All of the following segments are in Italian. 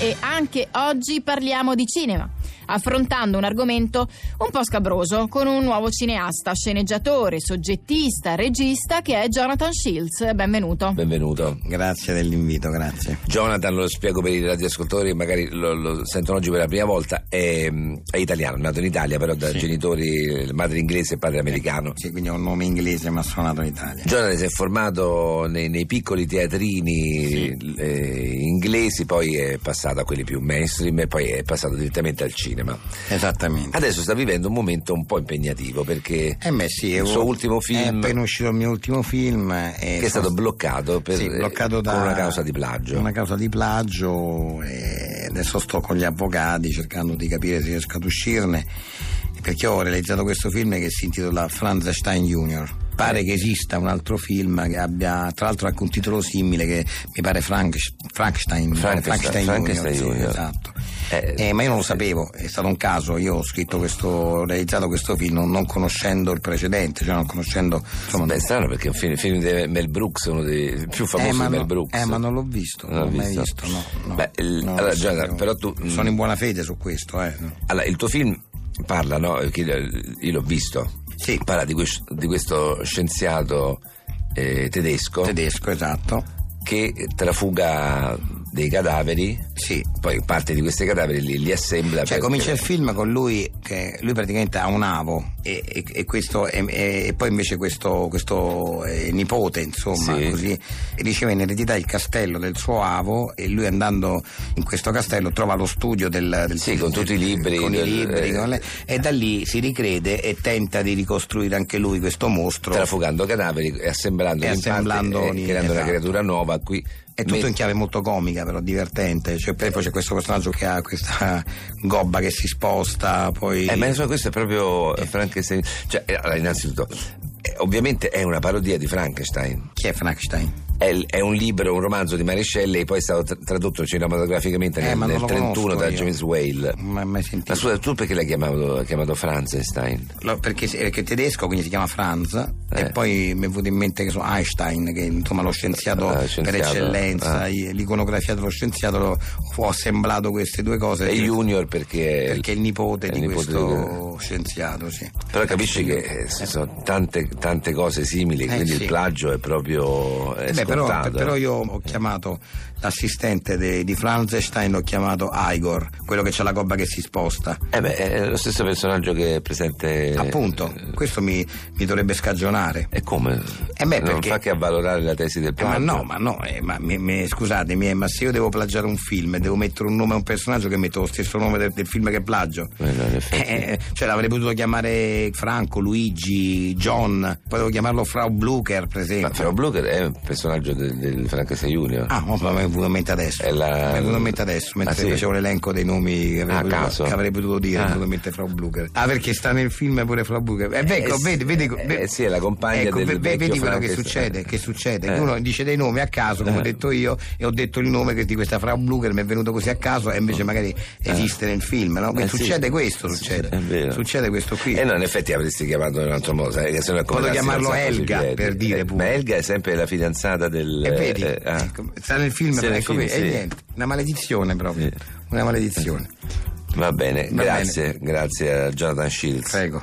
E anche oggi parliamo di cinema, affrontando un argomento un po' scabroso con un nuovo cineasta, sceneggiatore, soggettista, regista che è Jonathan Shields. Benvenuto. Benvenuto. Grazie dell'invito, grazie. Jonathan, lo spiego per i radioascoltatori che magari lo, lo sentono oggi per la prima volta, è, è italiano, nato in Italia però da Sì. genitori, madre inglese e padre americano. Sì, quindi ho un nome inglese ma sono nato in Italia. Jonathan si è formato nei, nei piccoli teatrini eh, inglesi, poi è passato a quelli più mainstream e poi è passato direttamente al cinema. Esattamente. Adesso sta vivendo un momento un po' impegnativo perché Eh beh sì, il avevo- suo ultimo film È appena uscito il mio ultimo film. eh, che è sono- stato bloccato per eh, sì, bloccato da, con una causa di plagio. Una causa di plagio e adesso sto con gli avvocati cercando di capire se riesco ad uscirne perché ho realizzato questo film che si intitola Frankenstein Junior. Pare che esista un altro film che abbia tra l'altro anche un titolo simile che mi pare Frank, Frankenstein, mi pare Frankenstein, Frankenstein sì, Junior. esatto. Eh, Eh, ma io non lo sapevo, è stato un caso, io ho scritto questo, ho realizzato questo film non, non conoscendo il precedente, cioè non conoscendo insomma, Beh, è strano perché è un film, il film di Mel Brooks, uno dei più famosi eh, ma di Mel no- Brooks. eh, ma non l'ho visto, non Non l'ho l'ho mai visto. visto. no, no, Beh, il- no, allora, lo Jonathan, sapevo. però tu- Sono in buona fede su questo, eh. Allora, il tuo film parla, no? Perché Io, io l'ho visto. Sì, Parla di, ques- di questo scienziato eh, tedesco tedesco, esatto. che trafuga dei cadaveri, Sì. poi parte di questi cadaveri li, li assembla. per- Cioè, comincia il film con lui che lui praticamente ha un avo e, e- e questo- e- e- e poi invece questo, questo, eh, nipote, insomma, Sì. così, riceve in eredità il castello del suo avo e lui andando in questo castello trova lo studio del, del Sì, con tutti i libri con i del- eh, libri, con le- e da lì si ricrede e tenta di ricostruire anche lui questo mostro. Trafugando cadaveri e assemblando, E in parte, assemblandoli, eh, creando una esatto. creatura nuova. Qui È tutto me- in chiave molto comica, però divertente. Cioè, poi poi c'è questo personaggio che ha questa gobba che si sposta, poi. Eh, ma insomma, questo è proprio eh, Frankenstein. Cioè, eh, allora, innanzitutto, eh, ovviamente è una parodia di Frankenstein. Chi è Frankenstein? È, l- è un libro, un romanzo di Marescelli, e poi è stato tra- tradotto cinematograficamente Eh, nel, ma non nel lo 31 conosco da io. James Whale. Non l'ho mai sentito. Ma scusa, tu perché l'hai chiamato, chiamato Frankenstein? Lo- perché, perché è tedesco, quindi si chiama Franz, Eh. e poi mi è venuto in mente che so, Einstein, che insomma lo scienziato, Ah, scienziato, per eccellenza, ah. i- l'iconografia dello scienziato, lo- ho assemblato queste due cose. E Junior perché. perché è il nipote è il di nipote questo scienziato, sì. Però capisci che eh, ci sono tante, tante cose simili, Eh, quindi sì. il plagio è proprio. È Eh beh, però, scontato. però io ho chiamato l'assistente de- di Frankenstein, l'ho chiamato Igor, quello che ha la gobba che si sposta. Eh beh, è lo stesso personaggio che è presente. eh, Appunto, questo mi, mi dovrebbe scagionare. E come? Eh beh, non perché- fa che avvalorare la tesi del Eh, ma plagio. no, ma no, eh, ma mi- mi- scusatemi, eh, ma se io devo plagiare un film e devo mettere un nome a un personaggio che metto lo stesso nome del, del film che plagio. Eh, no, in effetti. Eh, cioè l'avrei potuto chiamare Franco, Luigi, John, poi devo chiamarlo Frau Blucher, per Ma esempio. Frau Blucher è un personaggio del, del Frankenstein Junior. Ah, no, ma mi è venuto in mente adesso. È la- Mi è venuto in mente adesso, mentre Ah, sì? facevo l'elenco dei nomi che avrei, Ah, caso. potuto, che avrei potuto Ah. dire, mi è venuto in mente Frau Blucher. Ah, perché sta nel film pure Frau Blucher. Eh, beh, ecco, sì, vedi, vedi, eh, ve- sì, è la compagna ecco, del ve- ve- vecchio Vedi quello che Frankenstein. succede, che succede. Eh. che Uno dice dei nomi a caso, come ho detto io, e ho detto il nome che- di questa Frau Blucher, mi è venuto così a caso, e invece magari esiste nel film, no? Che Eh, sì. succede questo, succede. Sì, è vero. Eh, Succede questo qui. E no, in effetti avresti chiamato in un altro modo. sai, che se no è come Potevo darsi chiamarlo un sacco sui Helga, piedi. per dire, Eh, pure. Ma Helga è sempre la fidanzata del. E vedi, eh, ah. ecco, sta nel film, Sì, nel ecco, film, vedi, e sì. niente, una maledizione proprio, Sì. Eh, una maledizione. Va bene, Va grazie, grazie a Jonathan Shields. Prego.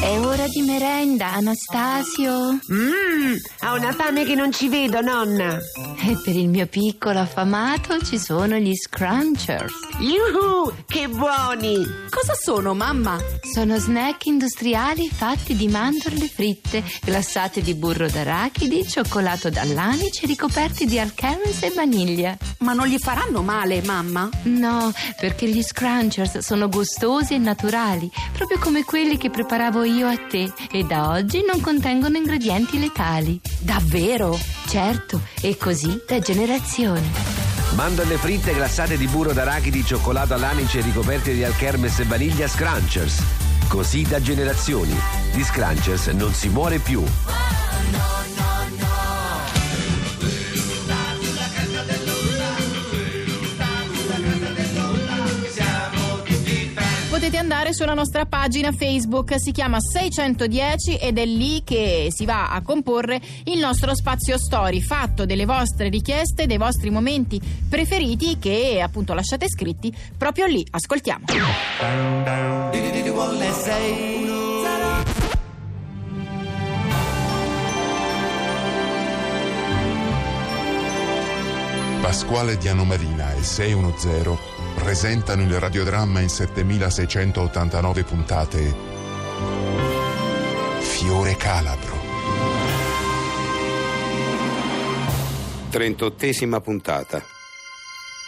È ora di merenda, Anastasio. Mmm, ha una fame che non ci vedo, nonna. E per il mio piccolo affamato ci sono gli scrunchers. Yuhu, che buoni! Cosa sono, mamma? Sono snack industriali fatti di mandorle fritte, glassate di burro d'arachidi, cioccolato d'allanice, ricoperti di alcaris e vaniglia. Ma non gli faranno male, mamma? No, perché gli scrunchers sono gustosi e naturali, proprio come quelli che preparavo io a te, e da oggi non contengono ingredienti letali. Davvero? Certo, e così da generazioni. Mandorle fritte glassate di burro d'arachidi, cioccolato all'anice ricoperte di alchermes e vaniglia Scrunchers. Così da generazioni. Di Scrunchers non si muore più. Potete potete andare sulla nostra pagina Facebook, si chiama 610 ed è lì che si va a comporre il nostro spazio story, fatto delle vostre richieste, dei vostri momenti preferiti che appunto lasciate scritti proprio lì. Ascoltiamo. Pasquale Dianomarina e 610 presentano il radiodramma in 7689 puntate Fiore Calabro. 38esima puntata.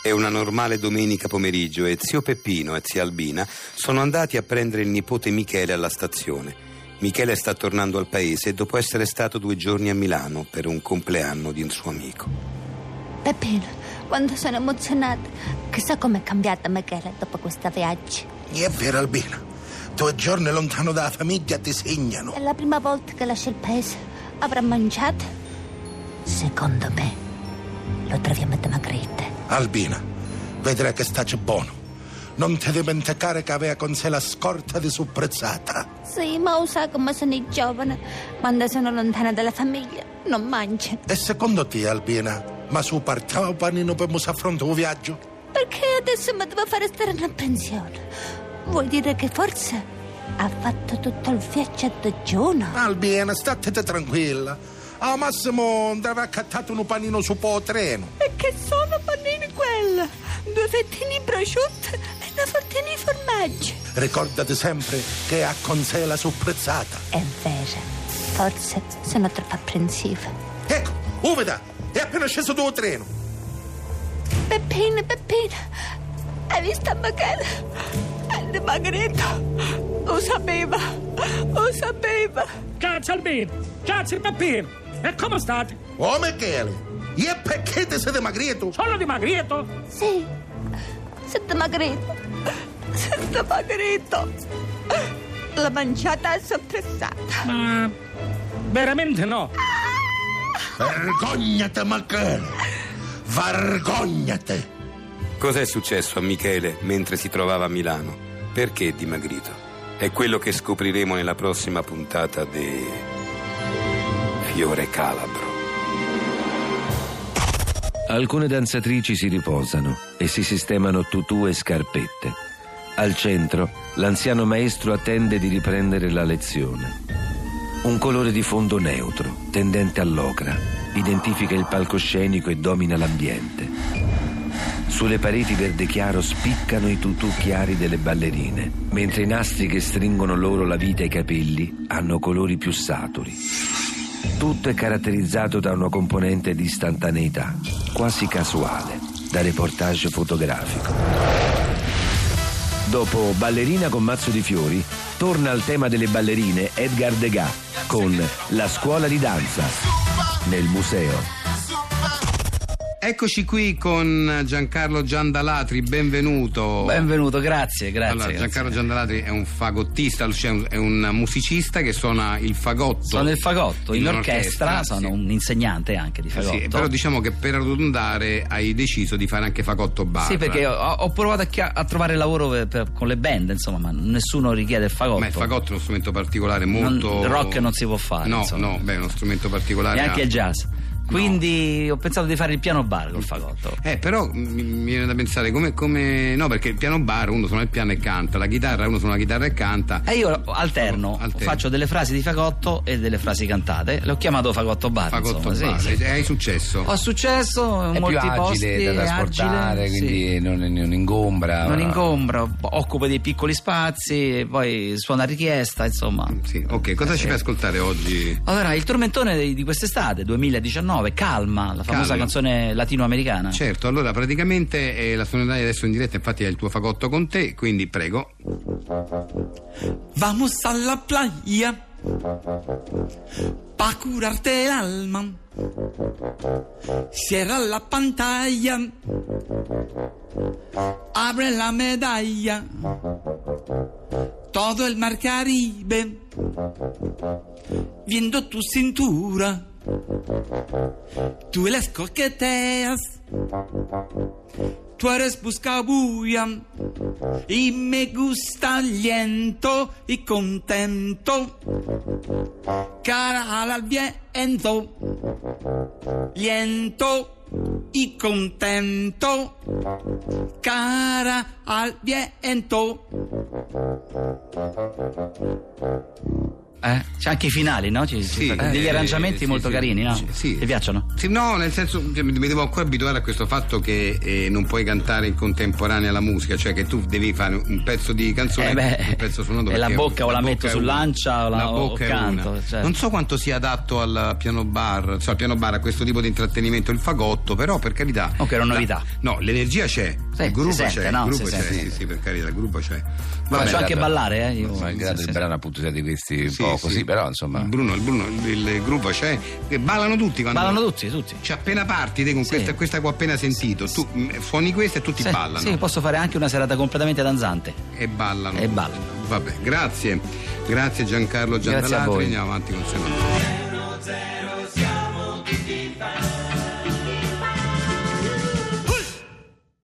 È una normale domenica pomeriggio e zio Peppino e zia Albina sono andati a prendere il nipote Michele alla stazione. Michele sta tornando al paese dopo essere stato due giorni a Milano per un compleanno di un suo amico. Peppino, quando sono emozionata. Chissà com'è cambiata Michele dopo questo viaggio. È vero, Albina. Due giorni lontano dalla famiglia ti segnano. È la prima volta che lascia il paese. Avrà mangiato? Secondo me, lo troviamo dimagrite. Albina, vedrai che sta buono. Non ti dimenticare che aveva con sé la scorta di supprezzata. Sì, ma lo sa come sono giovane. Quando sono lontana dalla famiglia, non mangio. E secondo te, Albina, ma su partiamo panino per musaffronto un viaggio? Perché adesso mi devo fare stare in pensione? Vuol dire che forse ha fatto tutto il viaggio a digiuno? Albina, state tranquilla. Al massimo andrà accattato un panino su po' treno. E che sono panini quella? Due fettini di prosciutto e una fortina di formaggio. Ricordati sempre che ha con sé la supprezzata. È vero, forse sono troppo apprensiva. Ecco, Uveda, è appena sceso tuo treno. Peppina, Peppina, hai visto Michele? È dimagrito. Lo sapeva, lo sapeva. Grazie al me, grazie al Peppino. E come state? Oh, Michele, e perché ti sei dimagrito? Sono dimagrito? Sì, sei dimagrito. Sei dimagrito. La mangiata è soppressata. Ma veramente no. Vergognate, Michele. Vergognate. Cos'è successo a Michele mentre si trovava a Milano? Perché è dimagrito? È quello che scopriremo nella prossima puntata di Fiore Calabro. Alcune danzatrici si riposano e si sistemano tutù e scarpette. Al centro, l'anziano maestro attende di riprendere la lezione. Un colore di fondo neutro, tendente all'ocra, identifica il palcoscenico e domina l'ambiente. Sulle pareti verde chiaro spiccano i tutù chiari delle ballerine, mentre i nastri che stringono loro la vita e i capelli hanno colori più saturi. Tutto è caratterizzato da una componente di istantaneità, quasi casuale, da reportage fotografico. Dopo Ballerina con mazzo di fiori, torna al tema delle ballerine Edgar Degas con La scuola di danza nel museo. Eccoci qui con Giancarlo Giandalatri, benvenuto. Benvenuto, grazie, grazie. allora, grazie. Giancarlo Giandalatri è un fagottista, cioè un- è un musicista che suona il fagotto. Sono nel fagotto, in, In orchestra, un'orchestra, sono sì. un insegnante anche di fagotto. Sì, però diciamo che per arrotondare hai deciso di fare anche fagotto barra. Sì, perché ho, ho provato a, chia- a trovare lavoro per- per- con le band, insomma, ma nessuno richiede il fagotto. Ma il fagotto è uno strumento particolare Non- molto. rock non si può fare, No, insomma. no, beh, è uno strumento particolare. Neanche ha- il jazz. Quindi ho pensato di fare il piano bar col fagotto. Eh, però mi, mi viene da pensare come, come- No, perché il piano bar uno suona il piano e canta, la chitarra uno suona la chitarra e canta. E io alterno, Alterno. faccio delle frasi di fagotto e delle frasi cantate. L'ho chiamato fagotto bar. fagotto insomma, sì, sì. bar. E hai successo. Ho successo in È più molti agile posti, da è trasportare, agile, sì. quindi non, non ingombra. Non ingombra, occupa dei piccoli spazi, poi suona a richiesta, insomma. Sì, ok, cosa ci fai ascoltare oggi? Allora, il tormentone di di quest'estate, 2019, Calma, la famosa Calma. canzone latinoamericana. Certo, allora praticamente eh, la suonerai adesso in diretta, infatti è il tuo fagotto con te, quindi prego. Vamos a la playa pa curarte el alma. Cierra la pantalla, abre la medalla. Todo el mar Caribe, viendo tu cintura, tú las coqueteas, tú eres buscabulla. Y me gusta liento y contento. Cara al viento. Liento y contento. Cara al viento. Eh? C'è anche i finali, no? Ci- ci- degli Eh, arrangiamenti molto carini, no? Ti piacciono? Sì, no, nel senso cioè, mi mi devo ancora abituare a questo fatto che eh, non puoi cantare in contemporanea la musica, cioè che tu devi fare un pezzo di canzone Eh beh, un pezzo suonato e la perché bocca o la metto è sull'ancia o la- o bocca è canto, una. certo. Non so quanto sia adatto al piano bar, cioè al piano bar a questo tipo di intrattenimento, il fagotto, però per carità. Ok, era una novità. no, l'energia c'è, Sì, il gruppo si sente, c'è, no? il gruppo Si c'è, sì, sente, sì, per carità, il gruppo c'è. Faccio bene. anche ballare, eh, io. Malgrado Sì, il sì, brano appunto sia di questi un Sì, po' sì. così, però insomma. Il Bruno, il, Bruno, il- il gruppo c'è, e ballano tutti quando. Ballano tutti, tutti. Cioè, appena parti te con questa, questa che ho appena sentito, tu mm, suoni questa e tutti Sì, ballano. sì, posso fare anche una serata completamente danzante. E ballano. E ballano. Vabbè, grazie. Grazie Giancarlo Grazie a Giandalatri, voi. andiamo avanti con il secondo. Zero.